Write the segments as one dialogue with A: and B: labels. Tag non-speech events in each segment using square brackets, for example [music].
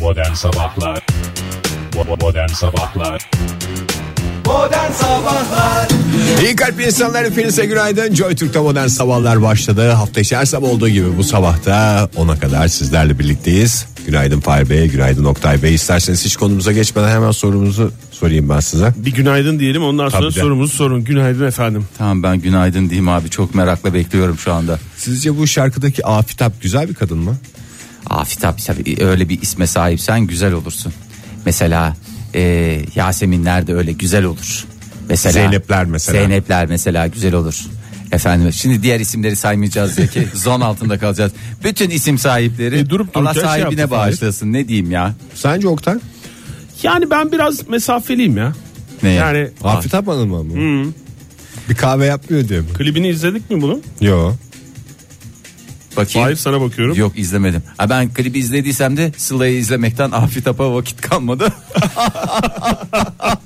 A: Modern Sabahlar Bo- Modern Sabahlar
B: Modern Sabahlar
C: İyi kalpli insanlar hepinize günaydın. Joy Türk'te modern sabahlar başladı. Hafta içi her sabah olduğu gibi bu sabahta ona kadar sizlerle birlikteyiz. Günaydın Fahir Bey, günaydın Oktay Bey. İsterseniz hiç konumuza geçmeden hemen sorumuzu sorayım ben size.
D: Bir günaydın diyelim ondan sonra
C: Tabii de.
D: sorumuzu sorun. Günaydın efendim.
E: Tamam ben günaydın diyeyim abi çok merakla bekliyorum şu anda.
C: Sizce bu şarkıdaki Afitap güzel bir kadın mı?
E: Afit abi tabii öyle bir isme sahipsen güzel olursun. Mesela e, Yaseminler de öyle güzel olur. Mesela
C: Zeynepler mesela.
E: Zeynepler mesela güzel olur. Efendim şimdi diğer isimleri saymayacağız
D: [laughs]
E: diye ki zon altında kalacağız. Bütün isim sahipleri
D: E, durup
E: Allah
D: dururken şey
E: sahibine
D: yaptı Fahir.
E: bağışlasın ne diyeyim ya.
C: Sence Oktay?
D: Yani ben biraz mesafeliyim ya.
E: Ne
D: yani
C: Afitap Hanım mı? Bir kahve yapmıyor diye mi?
D: klibini izledik mi bunun?
C: Yo.
E: Bakayım.
D: Hayır sana bakıyorum.
E: Yok izlemedim. Ha, ben klibi izlediysem de Sıla'yı izlemekten Afit Apa vakit kalmadı. [laughs]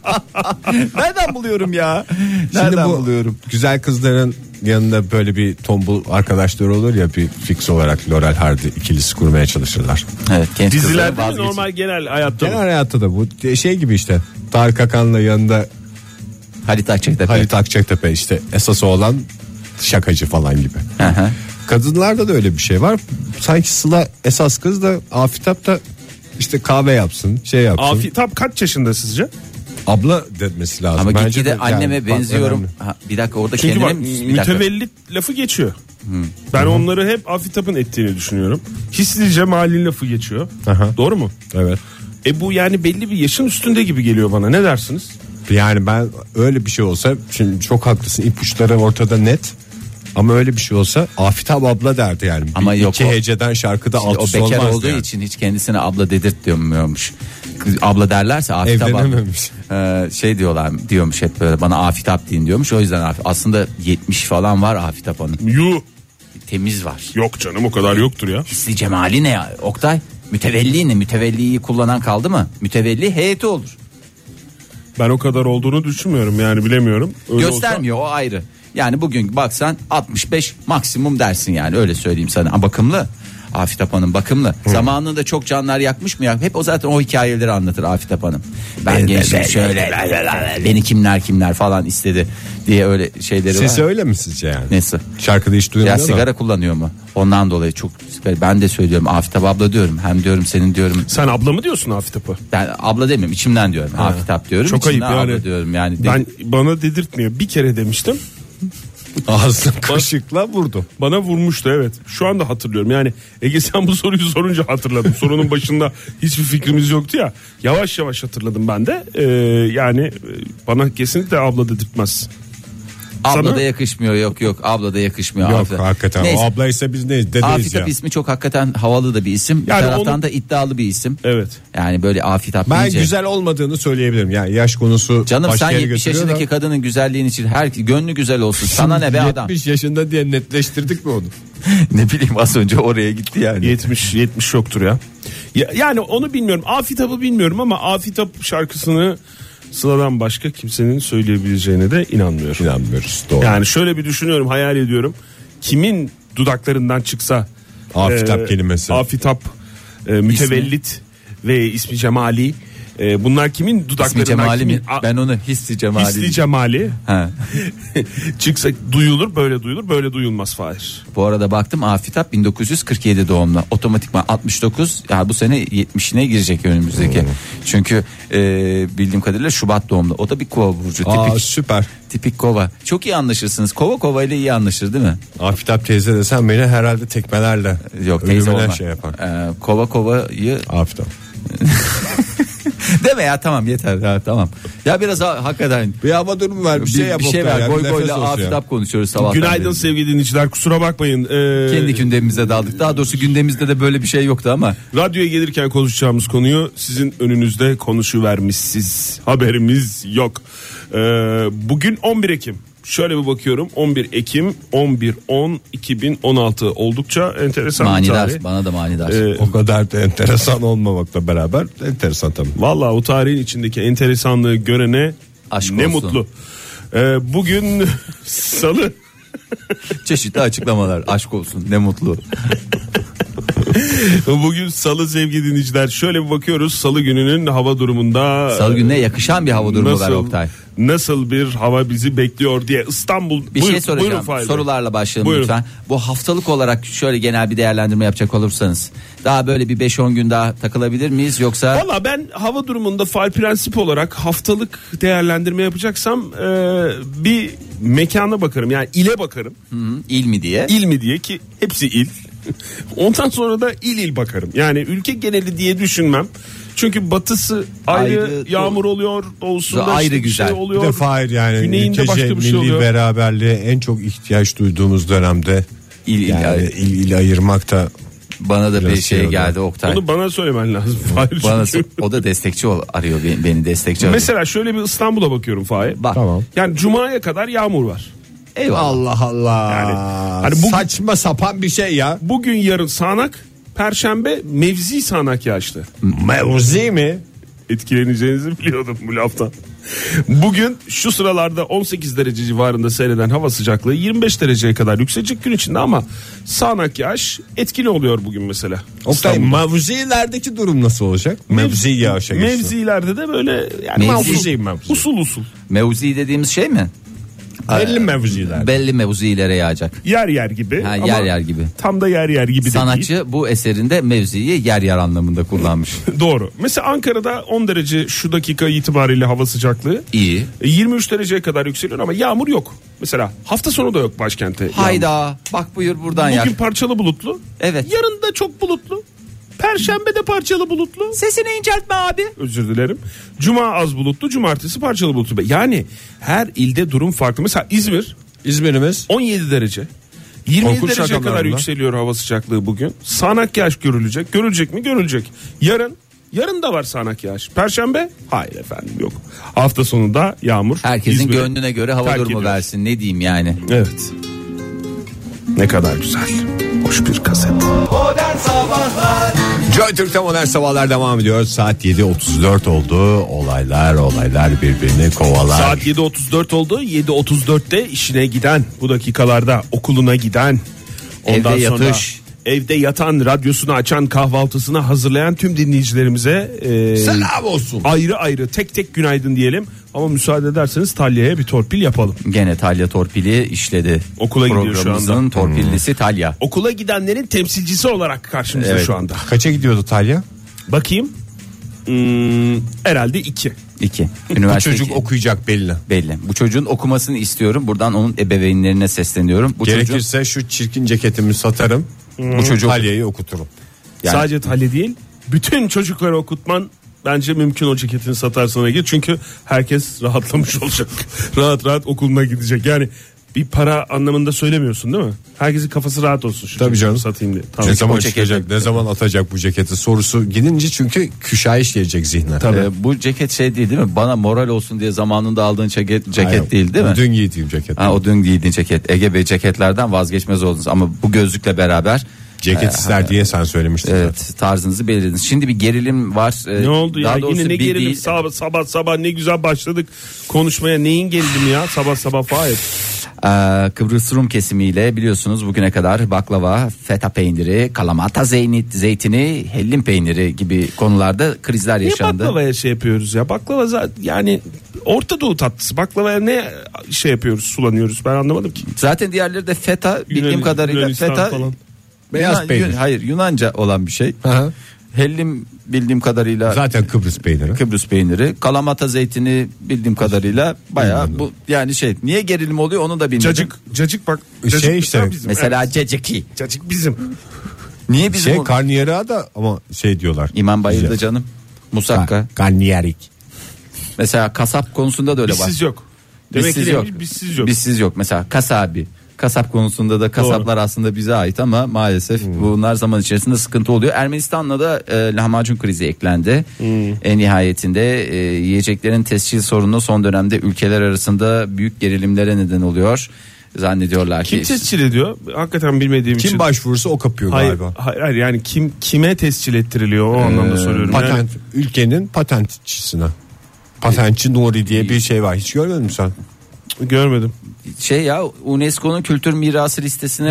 E: Nereden buluyorum ya? Nereden
C: Şimdi bu
E: buluyorum?
C: güzel kızların yanında böyle bir tombul arkadaşları olur ya bir fix olarak Laurel Hardy ikilisi kurmaya çalışırlar.
E: Evet, genç
D: Dizilerde
E: kızlara
D: mi,
E: vazgeçin.
D: normal genel hayatta
C: Genel
D: mı?
C: hayatta da bu şey gibi işte Tarık Akan'la yanında
E: Halit Akçaktepe.
C: Halit Akçaktepe işte esas olan şakacı falan gibi.
E: Hı hı.
C: Kadınlarda da öyle bir şey var. Sanki Sıla esas kız da Afitap da işte kahve yapsın şey yapsın.
D: Afi, tam kaç yaşında sizce?
C: Abla demesi lazım.
E: Ama
C: Bence
E: gitgide
C: de yani
E: anneme
C: bak
E: benziyorum.
C: önemli.
E: Ha, bir dakika orada
D: Çünkü
E: kendine
D: bak
E: mi? Bir dakika. Hmm.
D: mütevellit lafı geçiyor. Ben onları hep Afitap'ın ettiğini düşünüyorum. Hislice Malin lafı geçiyor.
C: Aha.
D: Doğru mu?
C: Evet.
D: E bu yani belli bir yaşın üstünde gibi geliyor bana. Ne dersiniz?
C: Yani ben öyle bir şey olsa şimdi çok haklısın ipuçları ortada net. Ama öyle bir şey olsa Afitap abla derdi yani.
E: Ama
C: Bir
E: yok
C: iki
E: o-
C: heceden şarkıda
E: Şimdi
C: alt
E: o
C: üst
E: bekar
C: olmazdı
E: olduğu
C: yani.
E: için hiç kendisine abla dedirtmiyormuş. Kız- Abla derlerse Afitap abla.
C: Evlenememiş.
E: Ee, şey diyorlar diyormuş hep böyle bana Afitap deyin diyormuş. O yüzden Afit- aslında 70 falan var Afitap Hanım.
D: Yu
E: Temiz var.
D: yok canım o kadar yoktur ya.
E: Hisli cemali ne ya Oktay? Mütevelli ne? Mütevelliyi kullanan kaldı mı? Mütevelli heyeti olur.
D: Ben o kadar olduğunu düşünmüyorum yani bilemiyorum. Öyle olsa-
E: Göstermiyor o ayrı. Yani bugün baksan 65 maksimum dersin yani öyle söyleyeyim sana. Ama bakımlı. Afit Hanım bakımlı. Zamanında çok canlar yakmış mı? ya? Hep o zaten o hikayeleri anlatır Afit Hanım. Ben gençim şöyle beni kimler kimler falan istedi diye öyle şeyleri
C: Sesi
E: var.
C: öyle mi sizce yani?
E: Nesi?
C: Şarkıda hiç
E: Ya
C: duymuyor
E: sigara kullanıyor mu? Ondan dolayı çok sigara. Ben de söylüyorum Afit abla diyorum. Hem diyorum senin diyorum.
D: Sen abla mı diyorsun Afitap'a?
E: Ben abla demiyorum içimden diyorum. Afitap diyorum.
D: Çok ayıp
E: içimden
D: yani.
E: Abla diyorum yani.
D: Ben bana dedirtmiyor. Bir kere demiştim.
C: [laughs] Ağzını kaşıkla vurdu.
D: Bana vurmuştu evet. Şu anda hatırlıyorum. Yani Ege sen bu soruyu sorunca hatırladım. Sorunun başında [laughs] hiçbir fikrimiz yoktu ya. Yavaş yavaş hatırladım ben de. Ee, yani e, bana kesinlikle abla dedirtmez.
E: Abla
D: Sana-
E: da yakışmıyor yok yok abla da yakışmıyor.
C: Yok
E: Afitap.
C: hakikaten.
E: Neyse.
C: O ablaysa biz neyiz dedeyiz
E: Afitap
C: ya.
E: ismi çok hakikaten havalı da bir isim.
D: Yani
E: bir taraftan
D: onu-
E: da iddialı bir isim.
D: Evet.
E: Yani böyle Afitap
C: Ben
E: deyince-
C: güzel olmadığını söyleyebilirim. Yani yaş konusu
E: Canım
C: başka
E: sen
C: yere
E: 70
C: götürüyor da-
E: yaşındaki kadının güzelliğini için her gönlü güzel olsun. Sana ne be adam?
C: 70 yaşında diye netleştirdik mi onu?
E: [laughs] ne bileyim az önce oraya gitti yani.
D: 70 70 yoktur ya. ya yani onu bilmiyorum. Afitap'ı bilmiyorum ama Afitap şarkısını Sıla'dan başka kimsenin söyleyebileceğine de inanmıyorum.
C: İnanmıyoruz doğru.
D: Yani şöyle bir düşünüyorum, hayal ediyorum. Kimin dudaklarından çıksa
C: Afitap kelimesi.
D: Afitap e, mütevellit ve ismi Cemali. e, bunlar kimin dudaklarından
E: İsmi Cemali mi?
D: kimin- A-
E: Ben onu hissi Cemali.
D: Hisli Cemali
E: Ha.
D: [laughs] çıksa duyulur böyle duyulur böyle duyulmaz Fahir.
E: Bu arada baktım Afitap 1947 doğumlu. Otomatikman 69 ya bu sene 70'ine girecek önümüzdeki.
C: Hmm.
E: Çünkü e, bildiğim kadarıyla Şubat doğumlu. O da bir kova burcu.
C: Aa,
E: tipik,
C: süper.
E: tipik kova. Çok iyi anlaşırsınız. Kova kova ile iyi anlaşır değil mi?
C: Afitap teyze desen beni herhalde tekmelerle.
E: Yok teyze
C: ölümüne
E: olma.
C: şey yapar.
E: Ee, kova kovayı [laughs]
C: Afitap.
E: deme ya tamam yeter ya tamam. Ya biraz ha, hakikaten
C: Bir hava durumu var bir,
E: bir,
C: şey
E: bir
C: yap.
E: şey
C: Oktay
E: ver.
C: ya, bir
E: goy goyla
C: nefes olsun ya.
E: afitap konuşuyoruz sabah.
D: Günaydın sevgili dinleyiciler kusura bakmayın. E,
E: Kendi gündemimize daldık. Daha doğrusu gündemimizde de böyle bir şey yoktu
C: [laughs]
E: ama
D: Radyoya gelirken konuşacağımız konuyu sizin önünüzde konuşuvermişsiz. Haberimiz yok. Ee, bugün 11 Ekim. Şöyle bir bakıyorum 11 Ekim 11 10 2016 oldukça enteresan bir
E: manidar.
D: tarih.
E: Bana da manidar.
D: Ee,
C: O kadar da enteresan olmamakla beraber enteresan tabii.
D: Valla o tarihin içindeki enteresanlığı görene
E: Aşk
D: ne
E: olsun.
D: mutlu. Ee, bugün [laughs] salı
E: Çeşitli [laughs] açıklamalar. Aşk olsun ne mutlu.
D: Bugün salı sevgili dinleyiciler. Şöyle bir bakıyoruz salı gününün hava durumunda.
E: Salı gününe yakışan bir hava durumu var
D: nasıl,
E: Oktay.
D: Nasıl bir hava bizi bekliyor diye İstanbul.
E: Bir
D: Buyur-
E: şey soracağım.
D: buyurun Fahir Bey.
E: Sorularla başlayalım
D: Buyurun.
E: lütfen. Bu haftalık olarak şöyle genel bir değerlendirme yapacak olursanız. Daha böyle bir 5-10 gün daha takılabilir miyiz yoksa
D: Valla ben hava durumunda faal prensip olarak haftalık değerlendirme yapacaksam e, bir mekana bakarım. Yani ile bakarım.
E: hı, il mi diye?
D: İl mi diye ki hepsi il. Ondan sonra da il il bakarım. Yani ülke geneli diye düşünmem. Çünkü batısı ayrı,
E: Ayrı,
D: yağmur oluyor, doğusunda
E: Ayrı
D: işte bir
E: güzel.
D: şey
C: Bir
D: oluyor.
C: de Fahir yani
D: Güneyinde
C: ülkece
D: başka bir şey
C: milli
D: oluyor.
C: beraberliğe en çok ihtiyaç duyduğumuz dönemde
E: İl il
C: yani
E: ayrı.
C: il, il ayırmak da
E: Bana da bir
C: Biraz şey
E: şey
C: oldu.
E: geldi Oktay.
D: Onu bana söylemen lazım. Fahir
E: Bana
D: çünkü.
E: [laughs] o da destekçi ol, arıyor beni, beni destekçi arıyor.
D: Mesela şöyle bir İstanbul'a bakıyorum Fahir.
E: Bak.
C: Tamam.
D: Yani cumaya kadar yağmur var.
E: Eyvallah.
C: Allah Allah.
D: Yani- Hani bu-
C: Saçma sapan bir şey ya.
D: Bugün yarın sağanak, perşembe mevzi sağanak yağışlı.
C: Mevzi mi?
D: etkileneceğinizi biliyordum bu laftan. Bugün şu sıralarda 18 derece civarında seyreden hava sıcaklığı 25 dereceye kadar yükselecek gün içinde ama sağanak yağış etkili oluyor bugün mesela.
C: Oktay
D: İstanbul'da.
C: mevzilerdeki durum nasıl olacak? Mevzi yağışa Şey geçsin.
D: Mevzilerde de böyle yani
E: Mevzi.
D: usul, usul usul.
E: Mevzi dediğimiz şey mi?
C: Belli mevziler.
E: Belli mevzilere yağacak.
D: Yer yer gibi.
E: Ha,
D: ama
E: yer yer gibi.
D: Tam da yer yer gibi de
E: Sanatçı bu eserinde mevziyi yer yer
D: [laughs]
E: anlamında kullanmış.
D: değil. Doğru. Mesela Ankara'da 10 derece şu dakika itibariyle hava sıcaklığı.
E: İyi.
D: E, 23 dereceye kadar yükseliyor ama yağmur yok. Mesela hafta sonu da yok başkente. yağmur.
E: Hayda bak buyur buradan
D: Bugün
E: yak.
D: parçalı bulutlu.
E: Evet.
D: Yarın da çok bulutlu. Perşembe de parçalı bulutlu.
E: Sesini inceltme abi.
D: Özür dilerim. Cuma az bulutlu, cumartesi parçalı bulutlu. Yani her ilde durum farklı. Mesela İzmir
C: İzmir'imiz
D: 17 derece. 27
C: Korkunç
D: dereceye
C: rakamlar
D: kadar
C: bunlar.
D: yükseliyor hava sıcaklığı bugün. Sağanak yağış görülecek. Görülecek mi? Görülecek. Yarın Yarın da var sağanak yağış. Perşembe? Hayır efendim yok. Hafta sonunda yağmur.
E: Herkesin
D: İzmir'e
E: gönlüne göre hava
D: terk
E: durumu
D: ediyor.
E: versin ne diyeyim yani.
D: Evet. Ne kadar güzel. Hoş bir kaset.
B: Modern Sabahlar
C: Joy Türk'te modern sabahlar devam ediyor. Saat 7.34 oldu. Olaylar olaylar birbirini kovalar.
D: Saat 7.34 oldu. 7.34'te işine giden bu dakikalarda okuluna giden
E: Evde
D: sonra
E: yatış.
D: evde yatan radyosunu açan kahvaltısını hazırlayan tüm dinleyicilerimize e,
C: Selam olsun.
D: ayrı ayrı tek tek günaydın diyelim. Ama müsaade ederseniz Talya'ya bir torpil yapalım.
E: Gene Talya torpili işledi.
D: Okula gidiyor şu
E: Programımızın
D: anda. Hmm.
E: torpillisi Talya.
D: Okula gidenlerin temsilcisi olarak karşımızda
E: Evet.
D: şu anda.
C: Kaça gidiyordu Talya?
D: Bakayım. Hmm, herhalde iki. [laughs]
E: 2.
C: Bu
E: Üniversite
C: çocuk
E: iki.
C: okuyacak belli.
E: belli. Bu çocuğun okumasını istiyorum. Buradan onun ebeveynlerine sesleniyorum. Bu çocuğun
C: Gerekirse şu çirkin ceketimi satarım.
E: Hmm.
C: Bu çocuğu Talya'yı okuturum.
E: Yani-
D: Sadece Talya değil. Bütün çocukları okutman bence mümkün o ceketini satarsan Ege. Çünkü herkes rahatlamış [laughs] olacak. rahat rahat okuluna gidecek. Yani bir para anlamında söylemiyorsun değil mi? Herkesin kafası rahat olsun. Şu
C: Tabii
D: ceketi
C: canım.
D: Satayım diye. Tamam.
C: Ne zaman
E: o ceketi-
C: çıkacak, ne zaman atacak bu ceketi sorusu gidince çünkü küşa işleyecek zihne.
D: Tabii.
E: Ee, bu ceket şey değil değil mi? Bana moral olsun diye zamanında aldığın ceket, ceket
C: Aynen.
E: değil değil mi?
C: Dün giydiğim ceket.
E: Ha, o dün giydiğin ceket. Ege Bey ceketlerden vazgeçmez oldunuz ama bu gözlükle beraber
C: Ceket ister diye sen söylemiştin.
E: evet, tarzınızı belirlediniz. Şimdi bir gerilim var. Ee,
D: Ne oldu
E: daha
D: ya
E: doğrusu
D: yine ne
E: bir
D: gerilim
E: değil.
D: sabah, sabah sabah ne güzel başladık konuşmaya neyin gerilimi ya sabah sabah Fahir.
E: [laughs] Ee, Kıbrıs Rum kesimiyle biliyorsunuz bugüne kadar baklava, feta peyniri, kalamata zeynit, zeytini, hellim peyniri gibi konularda krizler
D: Niye
E: yaşandı.
D: baklavaya şey yapıyoruz ya baklava za- yani Orta Doğu tatlısı baklavaya ne şey yapıyoruz sulanıyoruz ben anlamadım ki.
E: Zaten diğerleri de feta bildiğim
D: Yunan-
E: kadarıyla
D: Yunanistan
E: feta
D: falan.
C: Beyaz
E: Yunan-
C: peynir.
E: Yun- hayır Yunanca olan bir şey.
C: Aha.
E: Hellim bildiğim kadarıyla
C: Zaten Kıbrıs peyniri.
E: Kıbrıs peyniri, kalamata zeytini bildiğim kadarıyla bayağı bu yani şey niye gerilim oluyor onu da bilmiyorum.
D: Cacık cacık bak. Cacık
C: Şey
D: da
C: işte.
D: bizim.
E: E, Mesela caciki.
D: Cacık bizim.
E: Niye bizim
C: Şey
E: o-
C: karnıyarığa da ama şey diyorlar.
E: İmam bayıldı
C: Güzel.
E: canım. Musakka.
C: Ha, Karniyerik.
E: Mesela kasap konusunda da öyle var.
D: Bizsiz yok. Demek
E: Bizsiz
D: ki
E: yok.
D: yok. bizsiz yok.
E: Bizsiz yok. Mesela kasabi. Kasap konusunda da kasaplar aslında bize ait ama maalesef
D: Hmm.
E: bunlar zaman içerisinde sıkıntı oluyor. Ermenistan'la da e, lahmacun krizi eklendi.
D: Hmm.
E: En nihayetinde e, yiyeceklerin tescil sorunu son dönemde ülkeler arasında büyük gerilimlere neden oluyor. Zannediyorlar ki
D: Kim tescil ediyor? Hakikaten bilmediğim için.
C: Kim başvurursa o kapıyor
D: hayır,
C: galiba.
D: hayır, hayır yani kim kime tescil ettiriliyor
E: Ee,
D: o anlamda soruyorum. Yani
C: Patent ülkenin patentçisine. Patentçi Nuri diye bir şey var. Hiç görmedin mi sen?
D: görmedim.
E: şey ya UNESCO'nun kültür mirası listesine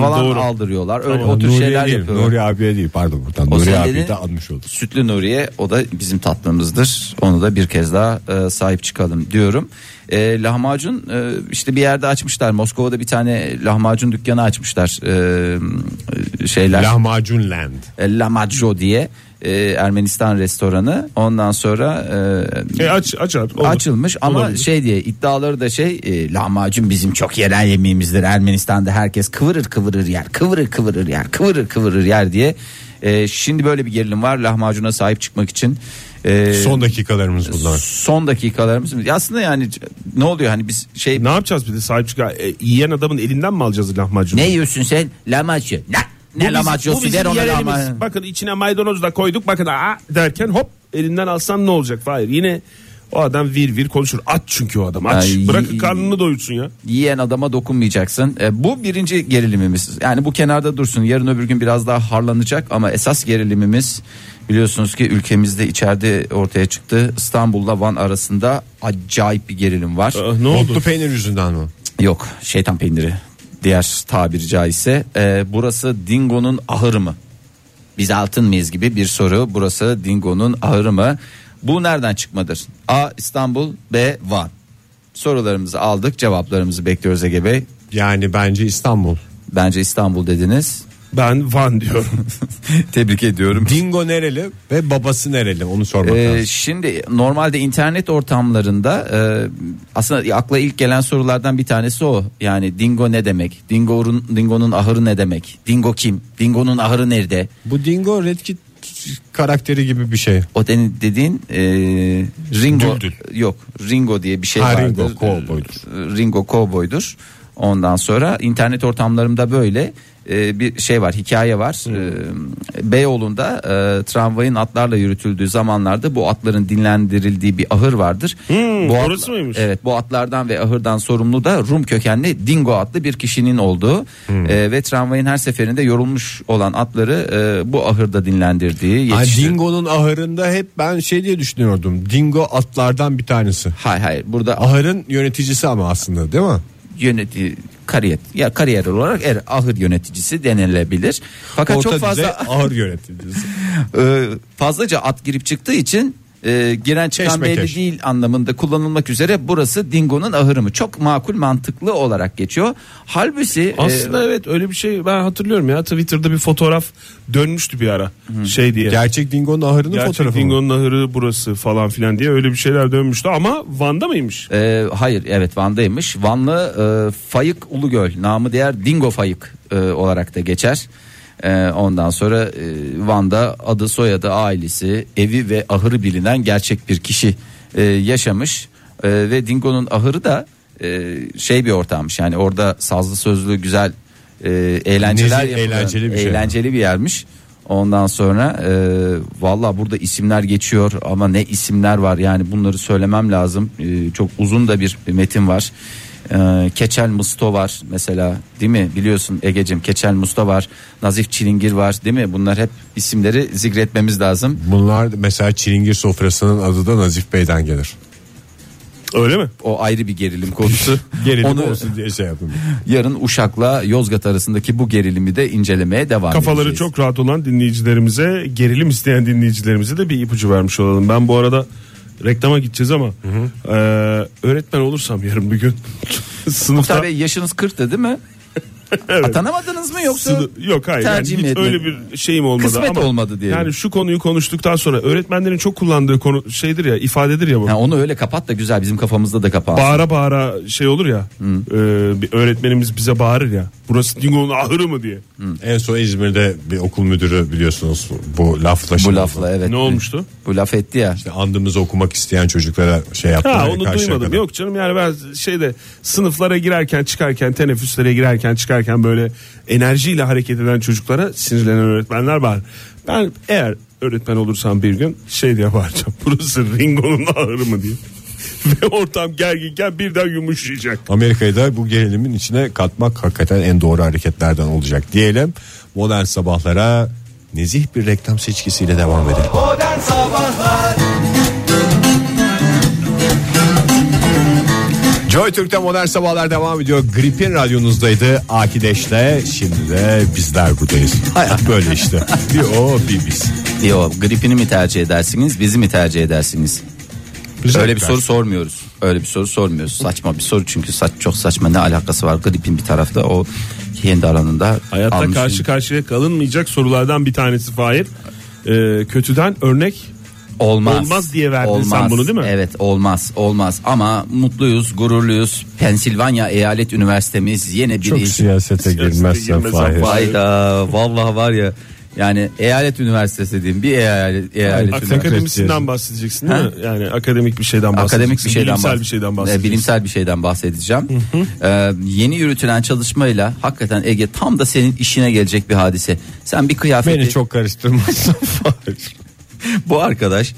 E: falan
D: Hmm, doğru.
E: aldırıyorlar. Öyle
D: Tamam,
E: o tür
C: Nuriye
E: şeyler
C: değil,
E: yapıyorlar.
C: Nuri abiye değil pardon buradan
E: O
C: Nuri
E: senin
C: abiyi
E: dediğin-
C: de anmış olduk.
E: Sütlü Nuriye o da bizim tatlımızdır. Onu da bir kez daha e, sahip çıkalım diyorum. E, lahmacun e, işte bir yerde açmışlar. Moskova'da bir tane lahmacun dükkanı açmışlar. E, e, şeyler.
C: Lahmacun Land.
E: E, Lamaggio diye e, Ermenistan restoranı. Ondan sonra e,
D: E aç aç abi. Olur.
E: açılmış ama
D: Olabilir.
E: şey diye iddiaları da şey e, lahmacun bizim çok yerel yemeğimizdir. Ermenistan'da herkes kıvırır kıvırır yer, kıvırır kıvırır yer, kıvırır kıvırır yer diye. E, şimdi böyle bir gerilim var lahmacuna sahip çıkmak için. E,
C: Son dakikalarımız bunlar.
E: son dakikalarımız mı? Aslında yani c- ne oluyor hani biz şey
D: Ne yapacağız bir de sahip çıkan e, yiyen adamın elinden mi alacağız lahmacunu?
E: ne yiyorsun sen? Lahmacun. Ne?
D: Bu
E: Ne
D: bizim- bu
E: lahmacunsu
D: bizim
E: der ona
D: yerelimiz.
E: lahmacun.
D: Bakın içine maydanoz da koyduk bakın aa derken hop elinden alsan ne olacak? Hayır yine o adam vir vir konuşur. Aç çünkü o adam aç.
E: Ay.
D: Bırakın karnını doyursun ya.
E: yiyen adama dokunmayacaksın. E, bu birinci gerilimimiz. Yani bu kenarda dursun. Yarın öbür gün biraz daha harlanacak ama esas gerilimimiz biliyorsunuz ki ülkemizde içeride ortaya çıktı. İstanbul'la Van arasında acayip bir gerilim var.
D: Ah, ne oldu?
C: Otlu peynir yüzünden mi?
E: Yok, şeytan peyniri. Diğer tabiri caizse E, burası Dingo'nun ahırı mı? Biz altın mıyız gibi bir soru. Burası Dingo'nun ahırı mı? Bu nereden çıkmadır? A İstanbul, B Van. Sorularımızı aldık, cevaplarımızı bekliyoruz Ege Bey.
C: Yani bence İstanbul.
E: Bence İstanbul dediniz.
D: Ben Van diyorum.
E: [laughs] Tebrik ediyorum.
C: Dingo nereli ve babası nereli onu sormak
E: Ee,
C: lazım.
E: şimdi normalde internet ortamlarında e, aslında akla ilk gelen sorulardan bir tanesi o. Yani dingo ne demek? Dingo'nun dingonun ahırı ne demek? Dingo kim? Dingo'nun ahırı nerede?
C: Bu Dingo Redkit karakteri gibi bir şey.
E: O deni- dediğin e, Ringo
C: Düldül.
E: yok Ringo diye bir şey
C: Ha,
E: vardır.
C: Ringo Cowboy'dur.
E: E, Ringo Cowboy'dur. Ondan sonra internet ortamlarımda böyle e, bir şey var hikaye var. E, Beyoğlu'nda e, tramvayın atlarla yürütüldüğü zamanlarda bu atların dinlendirildiği bir ahır vardır. bu atla-
D: orası mıymış?
E: Evet bu atlardan ve ahırdan sorumlu da Rum kökenli Dingo adlı bir kişinin olduğu e, ve tramvayın her seferinde yorulmuş olan atları e, bu ahırda dinlendirdiği
C: Ha,
E: yetiştirdiği.
C: Dingo'nun ahırında hep ben şey diye düşünüyordum. Dingo atlardan bir tanesi.
E: Hayır hayır burada
C: Ahırın yöneticisi ama aslında değil mi?
E: yöneti kariyer ya kariyer olarak er, ahır yöneticisi denilebilir. Fakat
C: Orta
E: çok
C: düzey
E: fazla
C: ahır
E: [laughs]
C: yöneticisi.
E: e, fazlaca at girip çıktığı için e, giren çıkan
C: Keşmekeş.
E: belli değil anlamında kullanılmak üzere burası Dingo'nun ahırı mı? Çok makul mantıklı olarak geçiyor. Halbuki e,
D: Aslında
C: Ee,
D: evet öyle bir şey ben hatırlıyorum ya Twitter'da bir fotoğraf dönmüştü bir ara şey diye.
C: Gerçek Dingo'nun ahırının
D: Gerçek
C: fotoğrafı mı?
D: Dingo'nun ahırı burası falan filan diye öyle bir şeyler dönmüştü ama Van'da mıymış?
E: e, hayır evet Van'daymış. Vanlı e, Fayık Ulugöl namı diğer Dingo Fayık e, olarak da geçer. E, ondan sonra e, Van'da adı soyadı ailesi evi ve ahırı bilinen gerçek bir kişi e, yaşamış. E, ve Dingo'nun ahırı da e, şey bir ortammış yani orada sazlı sözlü güzel e, eğlenceler
C: Nezih,
E: yapılan-
C: eğlenceli bir şey.
E: eğlen- eğlenceli bir yermiş. Ondan sonra e, valla burada isimler geçiyor ama ne isimler var yani bunları söylemem lazım. E, çok uzun da bir metin var. E, Keçel Musto var mesela değil mi biliyorsun Ege'cim Keçel Musto var. Nazif Çilingir var değil mi bunlar hep isimleri zikretmemiz lazım.
C: Bunlar mesela çilingir sofrasının adı da Nazif Bey'den gelir.
D: Öyle mi?
E: O ayrı bir gerilim konusu.
C: Gelelim
E: Onu
C: olsun diye şey yapın.
E: yarın Uşak'la Yozgat arasındaki bu gerilimi de incelemeye devam
D: Kafaları
E: edeceğiz.
D: çok rahat olan dinleyicilerimize, gerilim isteyen dinleyicilerimize de bir ipucu vermiş olalım. Ben bu arada reklama gideceğiz ama e, öğretmen olursam yarın bir gün [laughs] sınıfta
E: Muhtar Bey yaşınız 40'tı değil mi? Atanamadınız mı yoksa?
D: Sınıf- yok hayır yani
E: tercih mi
D: hiç
E: etmedin?
D: öyle bir şeyim olmadı
E: Kısmet
D: ama
E: olmadı diyelim.
D: yani şu konuyu konuştuktan sonra öğretmenlerin çok kullandığı konu şeydir ya ifadedir ya bu
E: Ha, onu öyle kapat da güzel bizim kafamızda da kapansın.
D: bağıra bağıra şey olur ya e, bir öğretmenimiz bize bağırır ya burası Dingo'nun ahırı mı diye E,
C: En son İzmir'de bir okul müdürü biliyorsunuz bu lafla
E: bu
C: şimdi-
E: lafla evet.
D: ne olmuştu
E: Bu laf etti ya.
C: İşte andımızı okumak isteyen çocuklara şey yaptı.
D: Ha
C: ya,
D: onu
C: karşı
D: duymadım.
C: yakada.
D: Yok canım yani ben şeyde sınıflara girerken çıkarken teneffüslere girerken çıkarken böyle enerjiyle hareket eden çocuklara sinirlenen öğretmenler var. Ben eğer öğretmen olursam bir gün şey diye bağıracağım. [laughs] Burası Ringo'nun ağırı mı diye. [laughs] Ve ortam gerginken birden yumuşayacak.
C: Amerika'yı da bu gerilimin içine katmak hakikaten en doğru hareketlerden olacak diyelim. Modern sabahlara nezih bir reklam seçkisiyle devam edelim.
B: Modern Sabahlar
C: Joy Türk'te modern sabahlar devam ediyor. Grip'in radyonuzdaydı Akideş'le. Şimdi de bizler buradayız. Hayat böyle işte. Bir o bir biz.
E: Yo, gripini mi tercih edersiniz, bizi mi tercih edersiniz?
C: Güzel
E: Öyle bir
C: güzel.
E: soru sormuyoruz. Öyle bir soru sormuyoruz. Saçma bir soru çünkü saç çok saçma. Ne alakası var gripin bir tarafta o kendi alanında
D: Hayatta
E: almış-
D: karşı karşıya kalınmayacak sorulardan bir tanesi Fahir. Ee, kötüden örnek
E: olmaz.
D: Olmaz diye verdin sen bunu değil mi?
E: Evet olmaz olmaz ama mutluyuz gururluyuz. Pensilvanya Eyalet Üniversitemiz yine bir
C: Çok
E: iş-
D: şey
C: siyasete girmezsen
D: girmezsen
C: Fahir.
D: Fahir.
E: Vayda vallahi var ya yani eyalet üniversitesi diyeyim bir eyalet, eyalet
D: Ak-
E: üniversitesi.
D: akademisinden bahsedeceksin değil mi? Yani akademik bir şeyden bahsedeceksin.
E: Akademik bir şeyden
D: bilimsel
E: bahs-
D: bir şeyden
E: E,
D: bahsedeceksin.
E: bilimsel bir şeyden bahsedeceğim. Ee, yeni yürütülen çalışmayla hakikaten Ege tam da senin işine gelecek bir hadise. Sen bir kıyafeti
C: Beni çok karıştırmazsan [laughs] Fahir.
E: bu arkadaş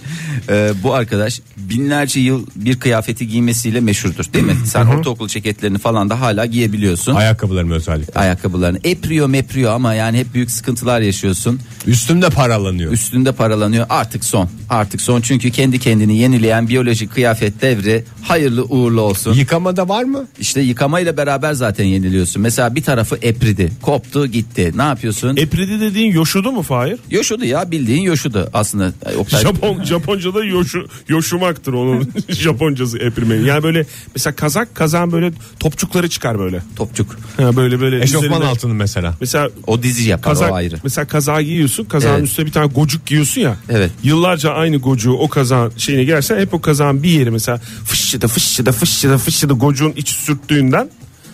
E: e, bu arkadaş binlerce yıl bir kıyafeti giymesiyle meşhurdur değil mi? Sen ortaokul ceketlerini falan da hala giyebiliyorsun.
C: Ayakkabılarım özellikle.
E: ayakkabılarını epriyor mepriyor ama yani hep büyük sıkıntılar yaşıyorsun.
C: Üstümde paralanıyor.
E: Üstünde paralanıyor artık son artık son çünkü kendi kendini yenileyen biyolojik kıyafet devri hayırlı uğurlu olsun.
C: Yıkamada var mı?
E: İşte yıkamayla beraber zaten yeniliyorsun. Mesela bir tarafı epridi, koptu, gitti. Ne yapıyorsun?
D: Epridi dediğin yoşudu mu Fahir?
E: yoşudu ya bildiğin yoşudu aslında. Ay, Oktay,
D: Japon Japonca'da yoşu yoşumaktır
E: [laughs]
D: onun Japoncası eprimenin. Yani böyle mesela kazak kazan böyle topçukları çıkar böyle.
E: topçuk.
D: Ha böyle böyle
C: Eşofman
D: üzerinde-
C: altını mesela.
D: Mesela
E: O dizi yapar
D: kazak
E: o ayrı.
D: mesela kazağı giyiyorsun. Kazağın
E: Evet.
D: üstüne bir tane gocuk giyiyorsun ya.
E: Evet.
D: Yıllarca aynı gocuğu o kazağın şeyine girersen hep o kazağın bir yeri mesela fışşıda fışşıda fışşıda fışşıda gocuğun içi sürttüğünden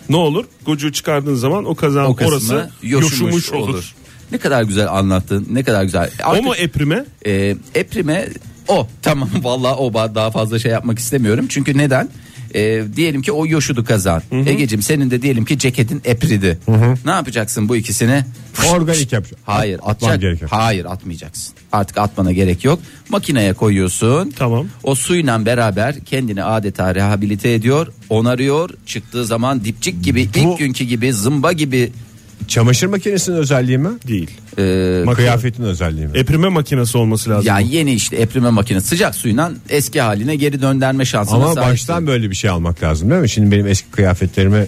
D: ne olur? Gocuğu çıkardığın zaman o kazağın
E: O kısmı
D: orası
E: yoşumuş,
D: yoşumuş, olur.
E: Ne kadar güzel anlattın. Ne kadar güzel.
D: O
E: Artık,
D: mu eprime?
E: e, eprime o [laughs] tamam vallahi o ba- daha fazla şey yapmak istemiyorum. Çünkü neden? E, diyelim ki o yoşudu kazan. Egeciğim senin de diyelim ki ceketin epridi. Ne yapacaksın bu ikisini?
C: Organik yapacağım.
E: Hayır
C: Atmam
E: atacak.
C: gerekiyor.
E: Hayır atmayacaksın. Artık atmana gerek yok. Makineye koyuyorsun.
D: Tamam.
E: O suyla beraber kendini adeta rehabilite ediyor, onarıyor. Çıktığı zaman dipçik gibi, ilk günkü gibi, zımba gibi
C: Çamaşır makinesinin özelliği mi?
D: Değil.
E: e,
C: Kıyafetin özelliği mi?
D: Eprime makinesi olması lazım.
E: ya yeni işte eprime makinesi sıcak suyla eski haline geri döndürme şansına
C: Ama
E: sahipsin.
C: baştan böyle bir şey almak lazım değil mi? Şimdi benim eski kıyafetlerime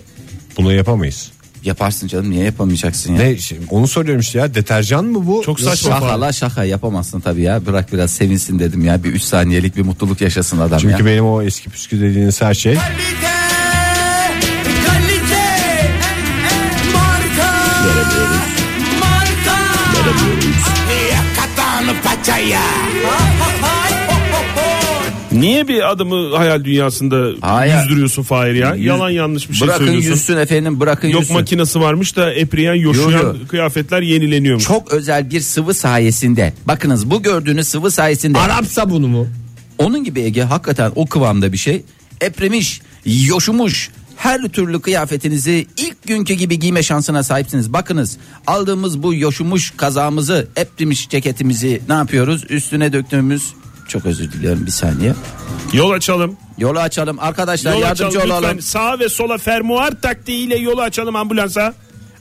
C: bunu yapamayız.
E: yaparsın canım niye yapamayacaksın ya?
C: Ne şimdi onu soruyorum işte ya deterjan mı bu?
D: Çok saçma.
E: Şaka la şaka yapamazsın tabii ya. Bırak biraz sevinsin dedim ya. Bir 3 saniyelik bir mutluluk yaşasın adam
C: Çünkü
E: ya.
C: benim o eski püskü dediğiniz her şey
B: Kalite, kalite, marka, marka. Yakatan paçaya.
D: Niye bir adamı hayal dünyasında
E: Hayır.
D: yüzdürüyorsun Fahir ya?
E: Yüz-
D: Yalan yanlış bir şey
E: bırakın
D: söylüyorsun.
E: yüzsün efendim bırakın
D: Yok
E: yüzsün.
D: makinesi varmış da epriyen yoşuyan
E: Yo, yo.
D: kıyafetler yenileniyormuş.
E: çok özel bir sıvı sayesinde. Bakınız bu gördüğünüz sıvı sayesinde.
C: Arap sabunu mu?
E: Onun gibi Ege hakikaten o kıvamda bir şey. Epremiş, yoşumuş. Her türlü kıyafetinizi ilk günkü gibi giyme şansına sahipsiniz. Bakınız aldığımız bu yoşumuş kazağımızı, eprimiş ceketimizi ne yapıyoruz? Üstüne döktüğümüz çok özür diliyorum bir saniye.
D: Yol açalım.
E: Yolu açalım arkadaşlar
D: yol
E: yardımcı
D: açalım. Lütfen
E: olalım.
D: sağa ve sola fermuar taktiğiyle yolu açalım ambulansa.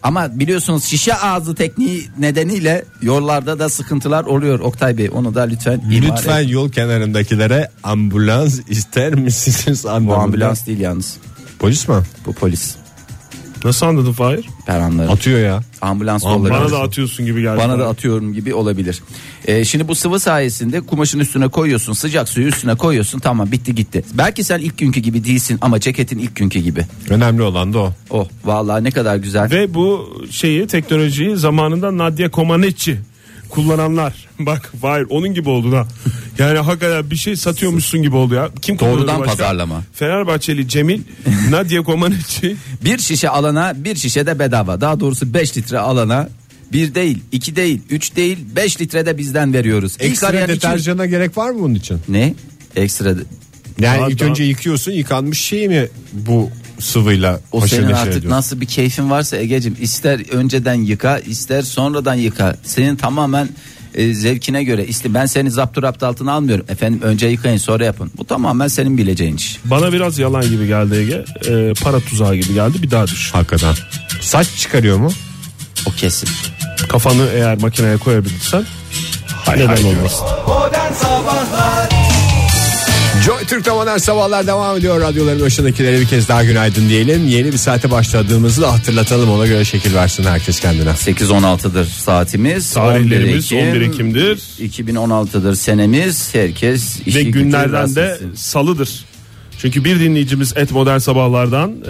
E: Ama biliyorsunuz şişe ağzı tekniği nedeniyle yollarda da sıkıntılar oluyor. Oktay Bey onu da lütfen ihmal
C: Lütfen
E: et.
C: yol kenarındakilere ambulans ister misiniz
E: Bu
C: anlamında.
E: ambulans değil yalnız.
C: Polis mi?
E: Bu polis.
D: Nasıl anladın Fahir?
E: Peranları.
C: Atıyor ya.
E: ambulans
D: Bana
E: yolları.
D: da atıyorsun gibi geldi.
E: Bana da atıyorum gibi olabilir. Ee, şimdi bu sıvı sayesinde kumaşın üstüne koyuyorsun, sıcak suyu üstüne koyuyorsun. Tamam bitti gitti. Belki sen ilk günkü gibi değilsin ama ceketin ilk günkü gibi.
C: Önemli olan da o.
E: Oh vallahi ne kadar güzel.
D: Ve bu şeyi teknolojiyi zamanında Nadia Comaneci kullananlar. [laughs] Bak Fahir onun gibi oldun ha. Yani hakikaten bir şey satıyormuşsun gibi oldu ya. Kim kullanıyordu
E: Doğrudan
D: başka?
E: pazarlama.
D: Fenerbahçeli
E: [laughs]
D: Cemil Nadia Comaneci
E: Bir şişe alana bir şişe de bedava. Daha doğrusu 5 litre alana bir değil, iki değil, üç değil, 5 litre de bizden veriyoruz. İlk
C: Ekstra
E: arayan iki-
C: deterjana gerek var mı bunun için?
E: Ne? Ekstra de-
C: Yani
D: Var,
C: ilk
D: daha-
C: önce yıkıyorsun yıkanmış şeyi mi bu sıvıyla
E: O
C: haşır
E: senin
C: neşir
E: artık
C: ediyorsun?
E: nasıl bir keyfin varsa Ege'cim ister önceden yıka ister sonradan yıka. Senin tamamen e, zevkine göre. İşte ben seni zapturapt altına almıyorum. Efendim önce yıkayın sonra yapın. Bu tamamen senin bileceğin iş.
D: Bana biraz yalan gibi geldi Ege. Ee, para tuzağı gibi geldi. Bir daha düşün.
C: Hakikaten. Saç çıkarıyor mu?
E: O kesin.
D: Kafanı eğer makineye koyabilirsen neden olmasın?
B: Modern Sabahlar
C: Joy Türk'te modern sabahlar devam ediyor. Radyoların başındakilere bir kez daha günaydın diyelim. Yeni bir saate başladığımızı da hatırlatalım. Ona göre şekil versin herkes kendine.
E: 8.16'dır saatimiz.
D: Tarihlerimiz 11
E: Ekim,
D: Ekim'dir.
E: 2016'dır senemiz. Herkes işi
D: Ve
E: gücü
D: günlerden
E: rast
D: de
E: etsin.
D: salıdır. Çünkü bir dinleyicimiz et modern sabahlardan e,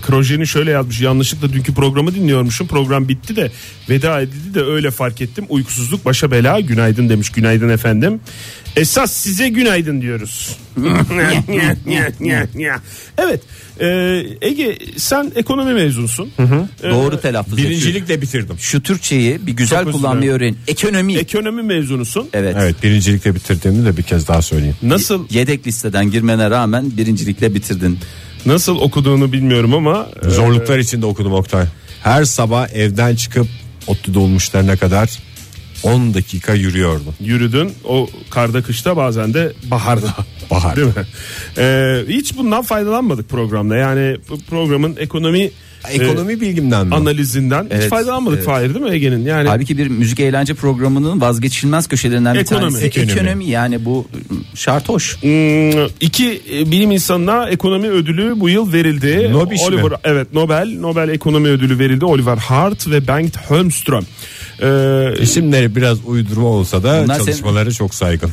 D: Krojeni şöyle yazmış yanlışlıkla dünkü programı dinliyormuşum program bitti de veda edildi de öyle fark ettim uykusuzluk başa bela günaydın demiş günaydın efendim esas size günaydın diyoruz [laughs] evet e, Ege sen ekonomi mezunsun E,
E: Doğru telaffuz ediyorum.
C: Birincilikle bitirdim.
E: Şu Türkçeyi bir
D: Çok
E: güzel
D: özür
E: kullanmayı
D: dilerim.
E: öğren. Ekonomi.
D: ekonomi mezunusun
E: evet.
C: Evet birincilikle bitirdiğimi de bir kez daha söyleyeyim.
D: nasıl
E: Yedek listeden girmene rağmen birincilikle bitirdin.
D: nasıl okuduğunu bilmiyorum ama e,
C: Zorluklar içinde okudum Oktay. Her sabah evden çıkıp otlu dolmuşlarına kadar 10 dakika yürüyordum.
D: yürüdün o karda kışta bazen de baharda. [laughs]
C: Bahar.
D: Değil mi? Ee, hiç bundan faydalanmadık programda. Yani bu programın ekonomi
C: Ekonomi bilgimden mi?
D: e, analizinden hiç
E: Evet,
D: faydalanmadık
E: evet.
D: Fahir değil mi Ege'nin? Yani
E: Halbuki bir müzik eğlence programının vazgeçilmez köşelerinden bir
D: Ekonomi.
E: tanesi.
C: Ekonomi.
E: yani bu ım, şart hoş.
D: Hmm, iki e, bilim insanına ekonomi ödülü bu yıl verildi.
C: Nobiş mi?
D: Oliver, Evet Nobel Nobel ekonomi ödülü verildi Oliver Hart ve Bengt Holmström. Ee,
C: İsimleri biraz uydurma olsa da
E: Bunlar
C: çalışmaları çok saygın.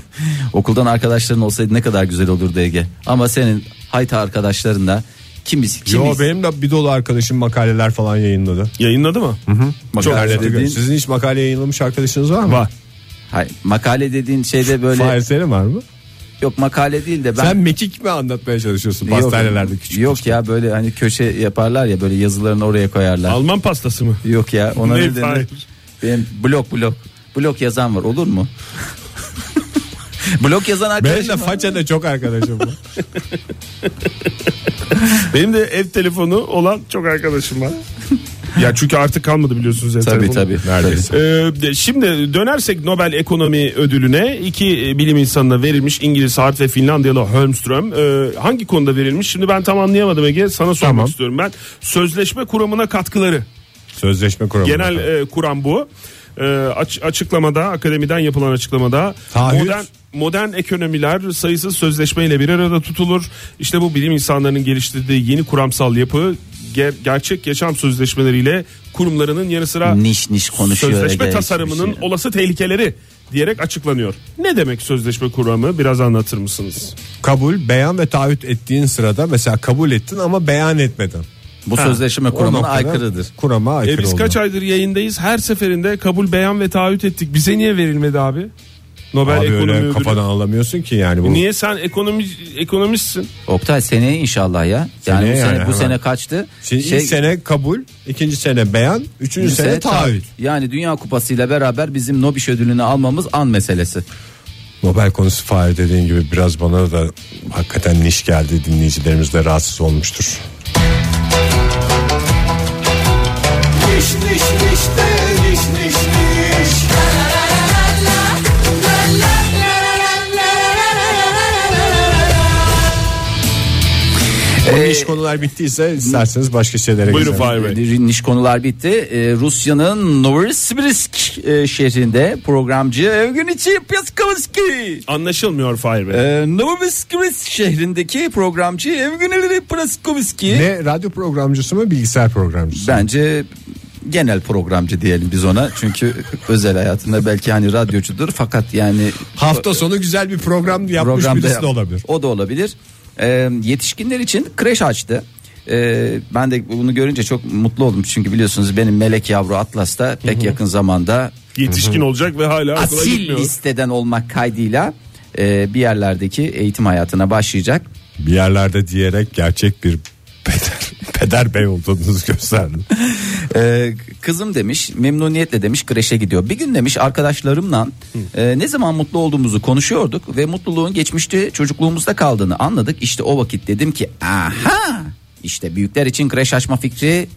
E: Okuldan arkadaşların olsaydı ne kadar güzel olurdu Ege. Ama senin hayta arkadaşların da kimisi
C: Yo
E: kimiz.
C: benim de bir dolu arkadaşım makaleler falan yayınladı.
D: yayınladı mı?
E: makale,
C: İnternette gör-
E: dediğin,
C: Sizin hiç makale yayınlamış arkadaşınız var mı?
D: Var.
E: Hayır, makale dediğin şeyde böyle
C: Fahir senin var mı?
E: yok makale değil de ben
C: Sen mekik mi anlatmaya çalışıyorsun
E: Yok,
C: pastanelerde küçük?
E: Yok ya böyle hani köşe yaparlar ya böyle yazılarını oraya koyarlar.
D: Alman pastası mı?
E: Yok ya ona
D: Ne,
E: ne denir?
D: hayır.
E: Benim blok blok blok yazan var olur mu? [laughs] blok yazan
C: Benim de
E: arkadaşım.
C: façede çok arkadaşım
D: [laughs]
C: var.
D: Benim de ev telefonu olan çok arkadaşım var. ya çünkü artık kalmadı biliyorsunuz ev
E: Tabii
D: telefonu.
E: tabii.
C: Neredeyse.
D: Ee, de- şimdi dönersek Nobel Ekonomi Ödülü'ne iki e, bilim insanına verilmiş İngiliz Hart ve Finlandiyalı Holmström Ee, hangi konuda verilmiş? Şimdi ben tam anlayamadım Ege sana sormak
C: Tamam.
D: istiyorum ben. Sözleşme kuramına katkıları
C: Sözleşme kuramı.
D: genel e, kuram bu. Ee, aç- açıklamada akademiden yapılan açıklamada
C: Taahhüt.
D: modern modern ekonomiler sayısız sözleşmeyle bir arada tutulur. İşte bu bilim insanlarının geliştirdiği yeni kuramsal yapı ger- gerçek yaşam sözleşmeleriyle kurumlarının yanı sıra
E: Niş niş konuşuyor.
D: Sözleşme
E: Ege,
D: tasarımının
E: hiçbir şey.
D: olası tehlikeleri diyerek açıklanıyor. Ne demek sözleşme kuramı biraz anlatır mısınız?
C: kabul, beyan ve taahhüt ettiğin sırada mesela kabul ettin ama beyan etmedin.
E: bu sözleşme
C: O
E: kuramına
C: noktada
E: aykırıdır.
C: Kurama aykırı
D: E biz
C: oldu.
D: kaç aydır yayındayız her seferinde kabul beyan ve taahhüt ettik. Bize niye verilmedi abi? Nobel
C: Abi öyle
D: ekonomi ödülü.
C: kafadan alamıyorsun ki yani. Bu.
D: Niye sen ekonomi ekonomistsin?
E: Oktay seneye inşallah ya. Yani
C: Seneye
E: bu sene
C: yani
E: bu
C: hemen.
E: sene kaçtı? Şey,
C: Şimdi şey, ilk sene kabul, ikinci sene beyan, üçüncü
E: üçüncü
C: sene taahhüt.
E: Yani Dünya Kupası ile beraber bizim Nobiş ödülünü almamız an meselesi.
C: Nobel konusu Fahir dediğin gibi biraz bana da hakikaten niş geldi. Dinleyicilerimiz de rahatsız olmuştur.
B: Niş niş niş de niş niş niş. La la la la la la la la la la la la.
C: Onun iş konular bittiyse isterseniz başka şeylere
D: Buyurun
C: geçelim.
D: Fahir Bey.
E: Niş konular bitti. Ee, Rusya'nın Novosibirsk e, şehrinde programcı Evgeniy Piaskovski.
D: Anlaşılmıyor Fahir Bey.
E: Ee, Novosibirsk şehrindeki programcı Evgeniy Piaskovski.
C: Ne radyo programcısı mı bilgisayar programcısı?
E: Bence genel programcı diyelim biz ona.
C: [laughs]
E: Çünkü özel hayatında belki hani radyocudur fakat yani
C: Hafta sonu güzel bir program yapmış
E: programda
C: birisi
E: yap-
C: de olabilir.
E: O da olabilir. Ee, yetişkinler için kreş açtı. Ee, ben de bunu görünce çok mutlu oldum çünkü biliyorsunuz benim melek yavru Atlas da pek yakın zamanda
D: Yetişkin olacak ve hala okula
E: asil
D: gitmiyor.
E: listeden olmak kaydıyla e, bir yerlerdeki eğitim hayatına başlayacak.
C: Bir yerlerde diyerek gerçek bir peder, [laughs] peder bey olduğunuzu gösterdim.
E: Ee, kızım demiş memnuniyetle demiş kreşe gidiyor. Bir gün demiş arkadaşlarımla e, ne zaman mutlu olduğumuzu konuşuyorduk ve mutluluğun geçmişte çocukluğumuzda kaldığını anladık. İşte o vakit dedim ki aha işte büyükler için kreş açma fikri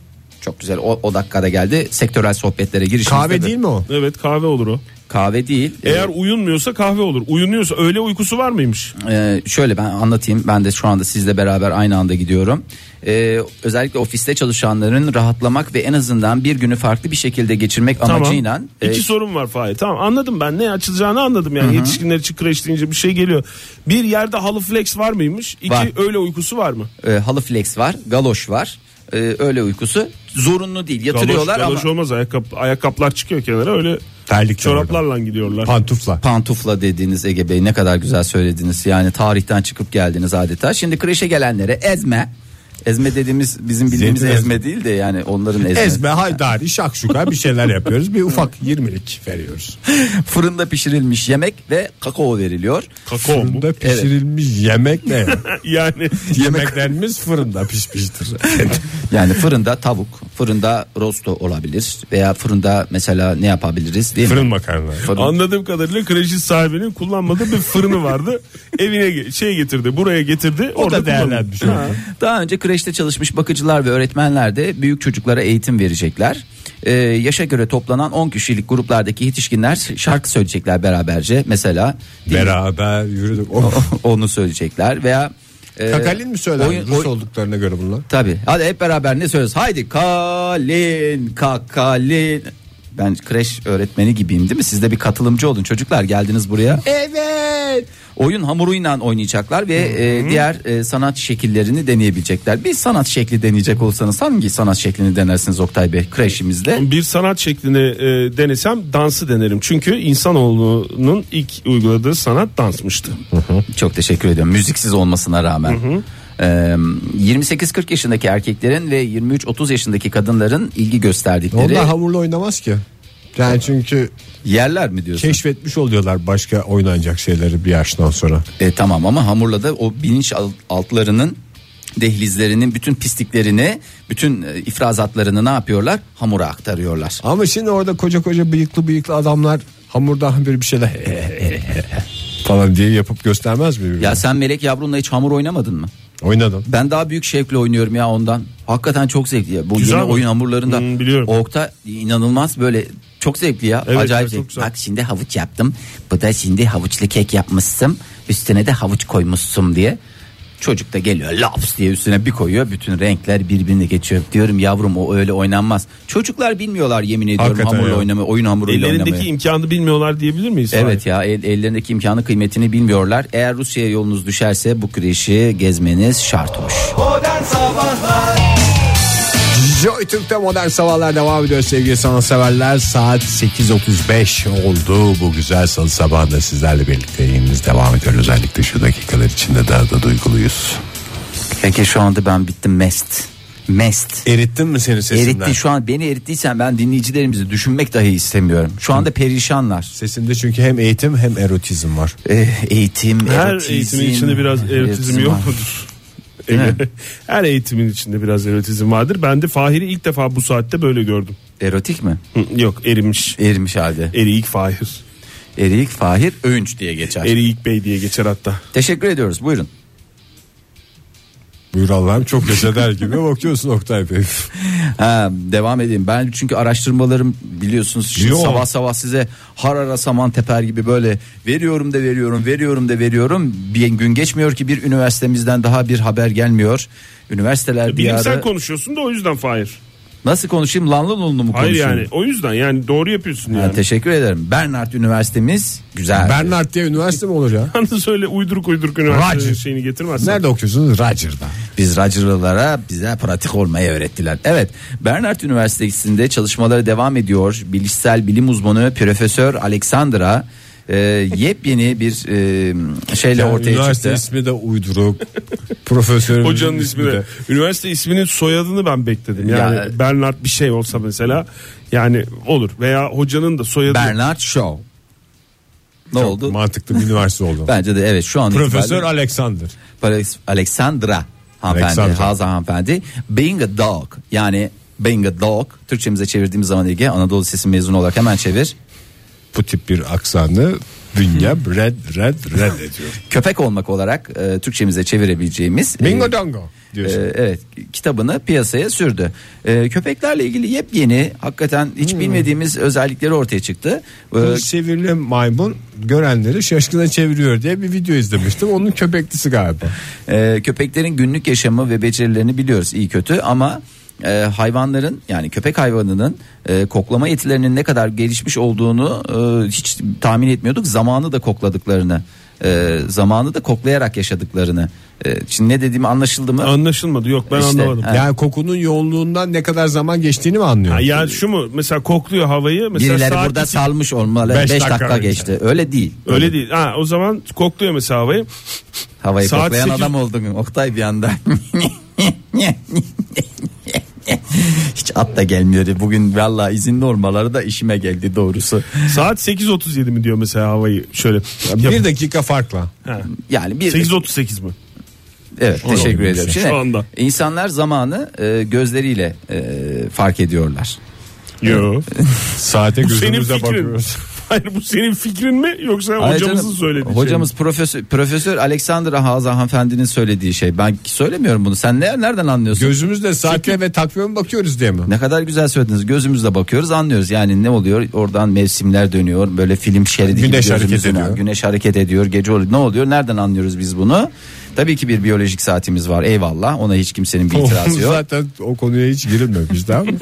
E: Çok güzel o, o dakikada geldi. Sektörel sohbetlere girişimizde.
C: Kahve
E: de-
C: değil mi o?
D: Evet kahve olur o.
E: Kahve değil.
D: Eğer uyunmuyorsa kahve olur. Uyunuyorsa öğle uykusu var mıymış?
E: Ee, şöyle ben anlatayım. Ben de şu anda sizle beraber aynı anda gidiyorum. Ee, özellikle ofiste çalışanların rahatlamak ve en azından bir günü farklı bir şekilde geçirmek amacıyla
D: Tamam.
E: e,
D: İki sorun var Fahir. Tamam anladım ben ne açılacağını anladım yani. Yetişkinler için kreş deyince bir şey geliyor. Bir yerde halı flex var mıymış? İki
E: Var.
D: öğle uykusu var mı?
E: e, halı flex var, galoş var. E, öğle uykusu zorunlu değil.
D: Galoş,
E: Yatırıyorlar
D: galoş
E: ama
D: olmaz ayakkab ayakkabılar çıkıyor kenara öyle
C: Terlik de
D: çoraplarla gidiyorlar.
C: Pantufla.
E: pantufla dediğiniz Ege Bey ne kadar güzel söylediniz. Yani tarihten çıkıp geldiniz adeta. Şimdi kreşe gelenlere ezme. Ezme dediğimiz bizim bildiğimiz
C: Zeytin
E: ezme değil de yani onların ezme.
C: Ezme, haydari, şakşuka bir şeyler yapıyoruz. Bir ufak 20'lik veriyoruz.
E: Fırında pişirilmiş yemek ve kakao veriliyor.
D: Kakao mu?
C: Fırında pişirilmiş [laughs] yemek ne? ya?
D: [laughs] yani
C: Yemeklerimiz fırında pişmiştir.
E: Yani fırında tavuk, fırında rosto olabilir veya fırında mesela ne yapabiliriz değil
C: [laughs]
E: mi?
C: Fırın makarna.
E: Fırın.
D: Anladığım kadarıyla kreşin sahibinin kullanmadığı bir fırını vardı. Evine ge- şey getirdi, buraya getirdi.
C: O
D: orada
C: da
D: kullandı.
C: değerlenmiş. oldu.
E: [laughs] Daha önce kreşte çalışmış bakıcılar ve öğretmenler de büyük çocuklara eğitim verecekler. Ee, yaşa göre toplanan 10 kişilik gruplardaki yetişkinler şarkı söyleyecekler beraberce mesela. [laughs] değil mi?
C: Beraber yürüdük. Ee, O-
E: Onu söyleyecekler veya e,
C: Kakalin mi söyler?
E: oyun-
C: Rus
E: oy-
C: olduklarına göre bunlar.
E: Tabii. Hadi hep beraber ne söylüyoruz? Haydi kalin kakalin. Ben kreş öğretmeni gibiyim değil mi? Siz de bir katılımcı olun çocuklar geldiniz buraya. Evet. Oyun hamuruyla oynayacaklar ve e, diğer e, sanat şekillerini deneyebilecekler. Bir sanat şekli deneyecek olsanız hangi sanat şeklini denersiniz Oktay Bey kreşimizde?
D: Bir sanat şeklini e, denesem dansı denerim. Çünkü insanoğlunun ilk uyguladığı sanat dansmıştı.
E: Çok teşekkür ediyorum. Müziksiz olmasına rağmen. Ee, 28-40 yaşındaki erkeklerin ve 23-30 yaşındaki kadınların ilgi gösterdikleri
C: Onlar hamurla oynamaz ki. Yani çünkü
E: yerler mi diyorsun?
C: keşfetmiş oluyorlar başka oynanacak şeyleri bir yaştan sonra.
E: E, tamam ama hamurla da o bilinç al- altlarının dehlizlerinin bütün pisliklerini, bütün e, ifrazatlarını ne yapıyorlar? Hamura aktarıyorlar.
C: Ama şimdi orada koca koca bıyıklı bıyıklı adamlar hamurda bir bir şeyler [laughs] falan diye yapıp göstermez mi?
E: Ya sen melek yavrunla hiç hamur oynamadın mı?
C: Oynadım.
E: Ben daha büyük şevkle oynuyorum ya ondan. Hakikaten çok zevkli. Ya. Bu
D: Güzel
E: yeni
D: mi?
E: oyun hamurlarında
D: Hmm, biliyorum.
E: Okta inanılmaz böyle çok zevkli ya.
D: Evet,
E: Acayip
D: evet, çok
E: zevkli.
D: güzel.
E: Bak şimdi havuç yaptım. Bu da şimdi havuçlu kek yapmışsın. Üstüne de havuç koymuşsun diye. Çocuk da geliyor laps diye üstüne bir koyuyor. Bütün renkler birbirine geçiyor. Diyorum yavrum o öyle oynanmaz. Çocuklar bilmiyorlar yemin ediyorum
C: Hakikaten
E: hamurla
C: ya.
E: oynamayı, oyun hamuruyla
D: Ellerindeki
E: oynamayı.
D: imkanı bilmiyorlar diyebilir miyiz?
E: Evet ya el- ellerindeki imkanı kıymetini bilmiyorlar. Eğer Rusya'ya yolunuz düşerse bu kreşi gezmeniz şart hoş.
B: Modern Sabahlar
C: Joy Türk'te modern sabahlar devam ediyor sevgili sanatseverler. Saat 8.35 oldu. Bu güzel salı sabahında sizlerle birlikte yayınımız devam ediyor. Özellikle şu dakikalar içinde daha da duyguluyuz.
E: Peki şu anda ben bittim mest. Mest.
C: Erittin mi seni sesinden?
E: Eritti şu an beni erittiysen ben dinleyicilerimizi düşünmek dahi istemiyorum. Şu anda perişanlar.
C: Sesinde çünkü hem eğitim hem erotizm var.
E: Eh, eğitim,
D: Her
E: erotizm,
D: eğitimin içinde biraz erotizm
E: erotizm
D: yok
E: var.
D: mudur?
E: Değil mi?
D: [laughs] Her eğitimin içinde biraz erotizm vardır. Ben de Fahir'i ilk defa bu saatte böyle gördüm.
E: Erotik mi?
D: Hı, Yok erimiş.
E: Erimiş halde.
D: Eriyik Fahir.
E: Eriyik Fahir Öğünç diye geçer.
D: Eriyik Bey diye geçer hatta.
E: Teşekkür ediyoruz buyurun.
C: Buyur Allah'ım çok yaşadar gibi [laughs] bakıyorsun Oktay Bey.
E: Ha, devam edeyim. Ben çünkü araştırmalarım biliyorsunuz şimdi
C: Yok.
E: sabah sabah size harara saman teper gibi böyle veriyorum da veriyorum, veriyorum da veriyorum. Bir gün geçmiyor ki bir üniversitemizden daha bir haber gelmiyor. Üniversiteler bir
D: Bilimsel
E: ara
D: konuşuyorsun da o yüzden Fahir.
E: nasıl konuşayım lanlı lunlu mu
D: Hayır
E: konuşayım?
D: yani o yüzden yani doğru yapıyorsun
E: Ha,
D: yani.
E: teşekkür ederim. Bernard Üniversitemiz güzel.
C: Bernard diye üniversite mi olur ya?
D: Yalnız öyle uyduruk uyduruk üniversite
C: Roger.
D: şeyini getirmezsin.
C: Nerede okuyorsunuz? Roger'da.
E: Biz racırlara bize pratik olmayı öğrettiler. Evet Bernard Üniversitesi'nde çalışmaları devam ediyor. Bilişsel bilim uzmanı Profesör Alexandra e, yepyeni bir e, şeyle
C: Yani
E: ortaya
C: üniversite
E: çıktı.
C: ismi de [laughs] uyduruk. Profesörün
D: Hocanın ismi de. Üniversite isminin soyadını ben bekledim. Yani
E: şey Ya-
D: Bernard bir şey olsa mesela yani olur. Veya hocanın da soyadı.
E: Bernard Shaw. Ne oldu?
C: Mantıklı bir üniversite oldu.
E: Bence de evet şu
C: [laughs]
E: an
C: Profesör
E: itibariyle-
C: Alexander.
E: Paris- Alexandra hanımefendi,
C: Alexandra.
E: Hazan hanımefendi. Being a dog yani being a dog Türkçemize çevirdiğimiz zaman Ege Anadolu Lisesi mezunu olarak hemen çevir.
C: Bu tip bir aksanı Dünya red red red ediyor.
E: köpek olmak olarak e, Türkçemize çevirebileceğimiz
C: [laughs]
E: e,
C: Bingo dongo
E: e,
C: diyorsun.
E: evet kitabını piyasaya sürdü. E, köpeklerle ilgili yepyeni hakikaten hiç
C: Hmm.
E: bilmediğimiz özellikleri ortaya çıktı. E,
C: Kılıç çevirili maymun görenleri şaşkına çeviriyor diye bir video izlemiştim. Onun köpeklisi galiba.
E: Ee, köpeklerin günlük yaşamı ve becerilerini biliyoruz iyi kötü ama e, hayvanların yani köpek hayvanının e, koklama yetilerinin ne kadar gelişmiş olduğunu e, hiç tahmin etmiyorduk. Zamanı da kokladıklarını, e, zamanı da koklayarak yaşadıklarını. E, şimdi ne dediğimi anlaşıldı mı?
D: Anlaşılmadı yok ben
E: İşte,
D: anlamadım.
E: ha.
C: Yani kokunun yoğunluğundan ne kadar zaman geçtiğini mi
D: Ya,
C: anlıyorsun?
D: yani şu mu mesela kokluyor havayı mesela
E: Birileri
D: saat
E: burada
D: içi-
E: salmış olmalı. 5
D: Beş
E: dakika,
D: dakika önce.
E: geçti. Öyle değil.
D: Öyle değil. Ha, o zaman kokluyor mesela havayı.
E: Havayı
D: Saat
E: koklayan
D: sekiz-
E: adam oldun Oktay bir anda. [laughs] Hiç at da gelmiyordu. Bugün valla izinli olmaları da işime geldi doğrusu.
D: Saat 8.37 mi diyor mesela havayı şöyle.
C: Bir dakika farkla.
D: Ha.
E: Yani bir
D: 8.38 mi?
E: evet teşekkür
D: olmuş
E: ediyorum.
D: şu
E: Şimdi
D: anda.
E: insanlar zamanı e, gözleriyle e, fark ediyorlar.
D: Yok.
C: Saate
D: Bu senin
C: gözümüzle
D: fikrin.
C: bakıyoruz.
D: [laughs] Hayır bu senin fikrin mi yoksa
E: Hayır
D: hocamızın
E: canım,
D: söylediği şey
E: Hocamız profesör Profesör Alexander Haza hanımefendinin söylediği şey. Ben söylemiyorum bunu. Sen ne, nereden anlıyorsun?
C: Gözümüzle saate ve takvime bakıyoruz diye mi?
E: Ne kadar güzel söylediniz. Gözümüzle bakıyoruz anlıyoruz. Yani ne oluyor? Oradan mevsimler dönüyor. Böyle film şeridi gibi
C: Güneş
E: gözümüzün
C: hareket ediyor.
E: önü- Güneş hareket ediyor. Gece oluyor. Ne oluyor? Nereden anlıyoruz biz bunu? Tabii ki bir biyolojik saatimiz var. Eyvallah. Ona hiç kimsenin bir
C: [laughs]
E: itirazı yok.
C: Zaten o konuya hiç girilmemiş daha mı?
E: [laughs]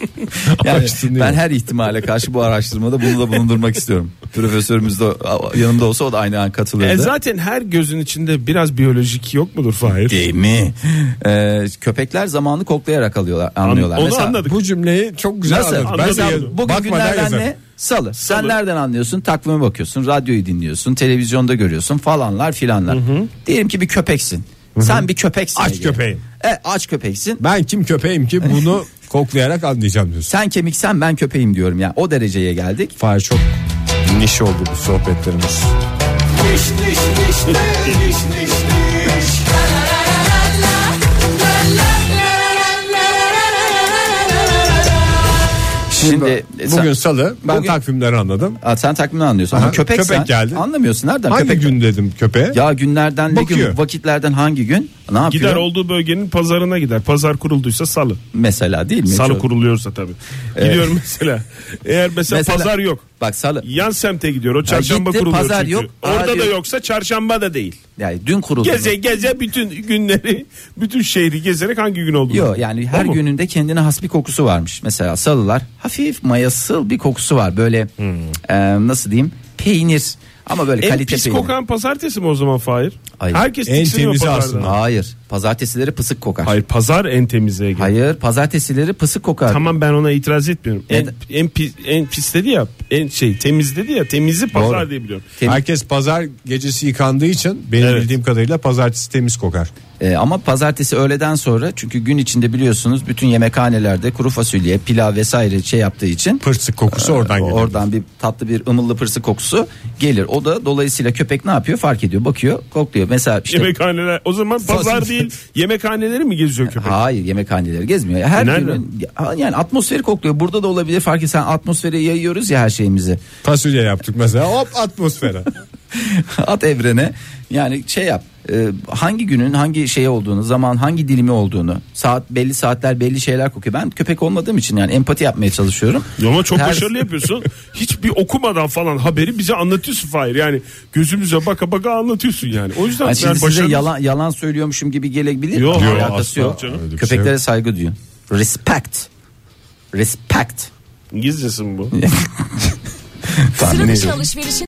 E: Yani
C: Araştırılıyor.
E: ben her ihtimale karşı bu araştırmada bunu da bulundurmak istiyorum. Profesörümüz de yanımda olsa o da aynı an katılırdı.
D: E zaten her gözün içinde biraz biyolojik yok mudur Fahir?
E: Değil mi? Ee, köpekler zamanı koklayarak alıyorlar, anlıyorlar.
D: Onu
E: Mesela-
D: anladık.
C: Bu cümleyi çok güzel
E: Nasıl?
C: anladım. Ben
E: Mesela
C: de
D: Anladım.
E: bugün
C: bakmadan
E: günlerden
C: yazarım.
E: ne? Salı. Sen
D: Salı.
E: nereden anlıyorsun? Takvime bakıyorsun, radyoyu dinliyorsun, televizyonda görüyorsun falanlar filanlar. Diyelim ki bir köpeksin. Sen bir köpeksin.
C: Aç
E: Ege.
C: köpeğim.
E: E, aç köpeksin.
C: Ben kim köpeğim ki bunu
E: [laughs]
C: koklayarak anlayacağım diyorsun.
E: Sen kemiksen ben köpeğim diyorum ya. O dereceye geldik.
C: Fahir çok
E: E,
C: niş oldu bu sohbetlerimiz.
B: Niş niş niş de, niş niş niş. La la la la la la. La la la la la la la la la.
E: Şimdi e, sen-
C: Bugün salı ben
E: Bugün-
C: takvimleri anladım.
E: Aa, sen takvimini anlıyorsun ama
C: Aha,
E: köpeksen
C: köpek geldi.
E: anlamıyorsun nereden
C: Hangi
E: köpek
C: gün dedim köpeğe?
E: ya günlerden ne gün
C: Bakıyor.
E: vakitlerden hangi gün ne yapıyor
D: Gider olduğu bölgenin pazarına gider. Pazar kurulduysa salı.
E: mesela değil mi
D: Salı
E: Çok-
D: kuruluyorsa tabii. Gidiyorum mesela. Eğer mesela,
E: Mesela-
D: pazar yok.
E: bak salı
D: Yan semte gidiyor. O çarşamba
E: gitti,
D: kuruluyor
E: pazar
D: çünkü.
E: yok. Aa,
D: Orada da
E: diyor.
D: yoksa çarşamba da değil.
E: yani dün kuruldu
D: Geze geze bütün günleri, bütün şehri gezerek hangi gün oldu?
E: Yok yani her
D: O mu?
E: gününde kendine has bir kokusu varmış. Mesela salılar hafif mayasıl bir kokusu var. Böyle e, nasıl diyeyim peynir ama böyle
D: En
E: kalite
D: E, pis
E: peynir.
D: kokan pazartesi mi o zaman Fahir?
E: Hayır.
D: Herkes
C: En
D: tiksiniyor
C: temizi
D: pazardan.
C: aslında.
E: Hayır pazartesileri pısık kokar. Hayır.
D: Hayır pazar en temize geliyor.
E: pazartesileri pısık kokar.
D: Tamam ben ona itiraz etmiyorum. En,
E: Neden?
D: en, pis, en pis dedi ya en şey temiz dedi ya temizi pazar diye biliyorum.
E: Tem-
C: Herkes pazar gecesi yıkandığı için benim
D: Evet.
C: bildiğim kadarıyla pazartesi temiz kokar.
E: E, ama pazartesi öğleden sonra çünkü gün içinde biliyorsunuz bütün yemekhanelerde kuru fasulye pilav vesaire şey yaptığı için
C: Pırsık kokusu
E: Ee,
C: oradan geliyor.
E: Oradan bir tatlı bir ımıllı pırsı kokusu gelir. O da dolayısıyla köpek ne yapıyor fark ediyor. Bakıyor kokluyor. Mesela işte
D: Yemekhaneler o zaman pazar değil yemekhaneleri mi geziyor köpek?
E: Hayır yemekhaneleri gezmiyor. Ya Her
D: E, nerede?
E: günün ya- yani atmosferi kokluyor. Burada da olabilir fark etsen atmosfere yayıyoruz ya her şeyimizi. [laughs]
C: Fasulye yaptık mesela hop atmosfere.
E: At evrene yani şey yap. e, hangi günün hangi şey olduğunu zaman hangi dilimi olduğunu saat belli saatler belli şeyler kokuyor ben köpek olmadığım için yani empati yapmaya çalışıyorum
D: Ama çok
E: Her-
D: başarılı yapıyorsun. Hiçbir okumadan falan haberi bize anlatıyorsun Fahir. Yani gözümüze baka baka anlatıyorsun yani. O yüzden
E: Yani
D: ben
E: şimdi size
D: başarılı-
E: yalan yalan söylüyormuşum gibi gelebilir
D: Yok,
E: Ama
D: yok,
E: alakası
D: asla
E: yok
D: canım. Öyle
C: bir şey
E: köpeklere saygı duyun respect respect
D: İngilizcesi mi bu?
F: Sıra dışı alışverişin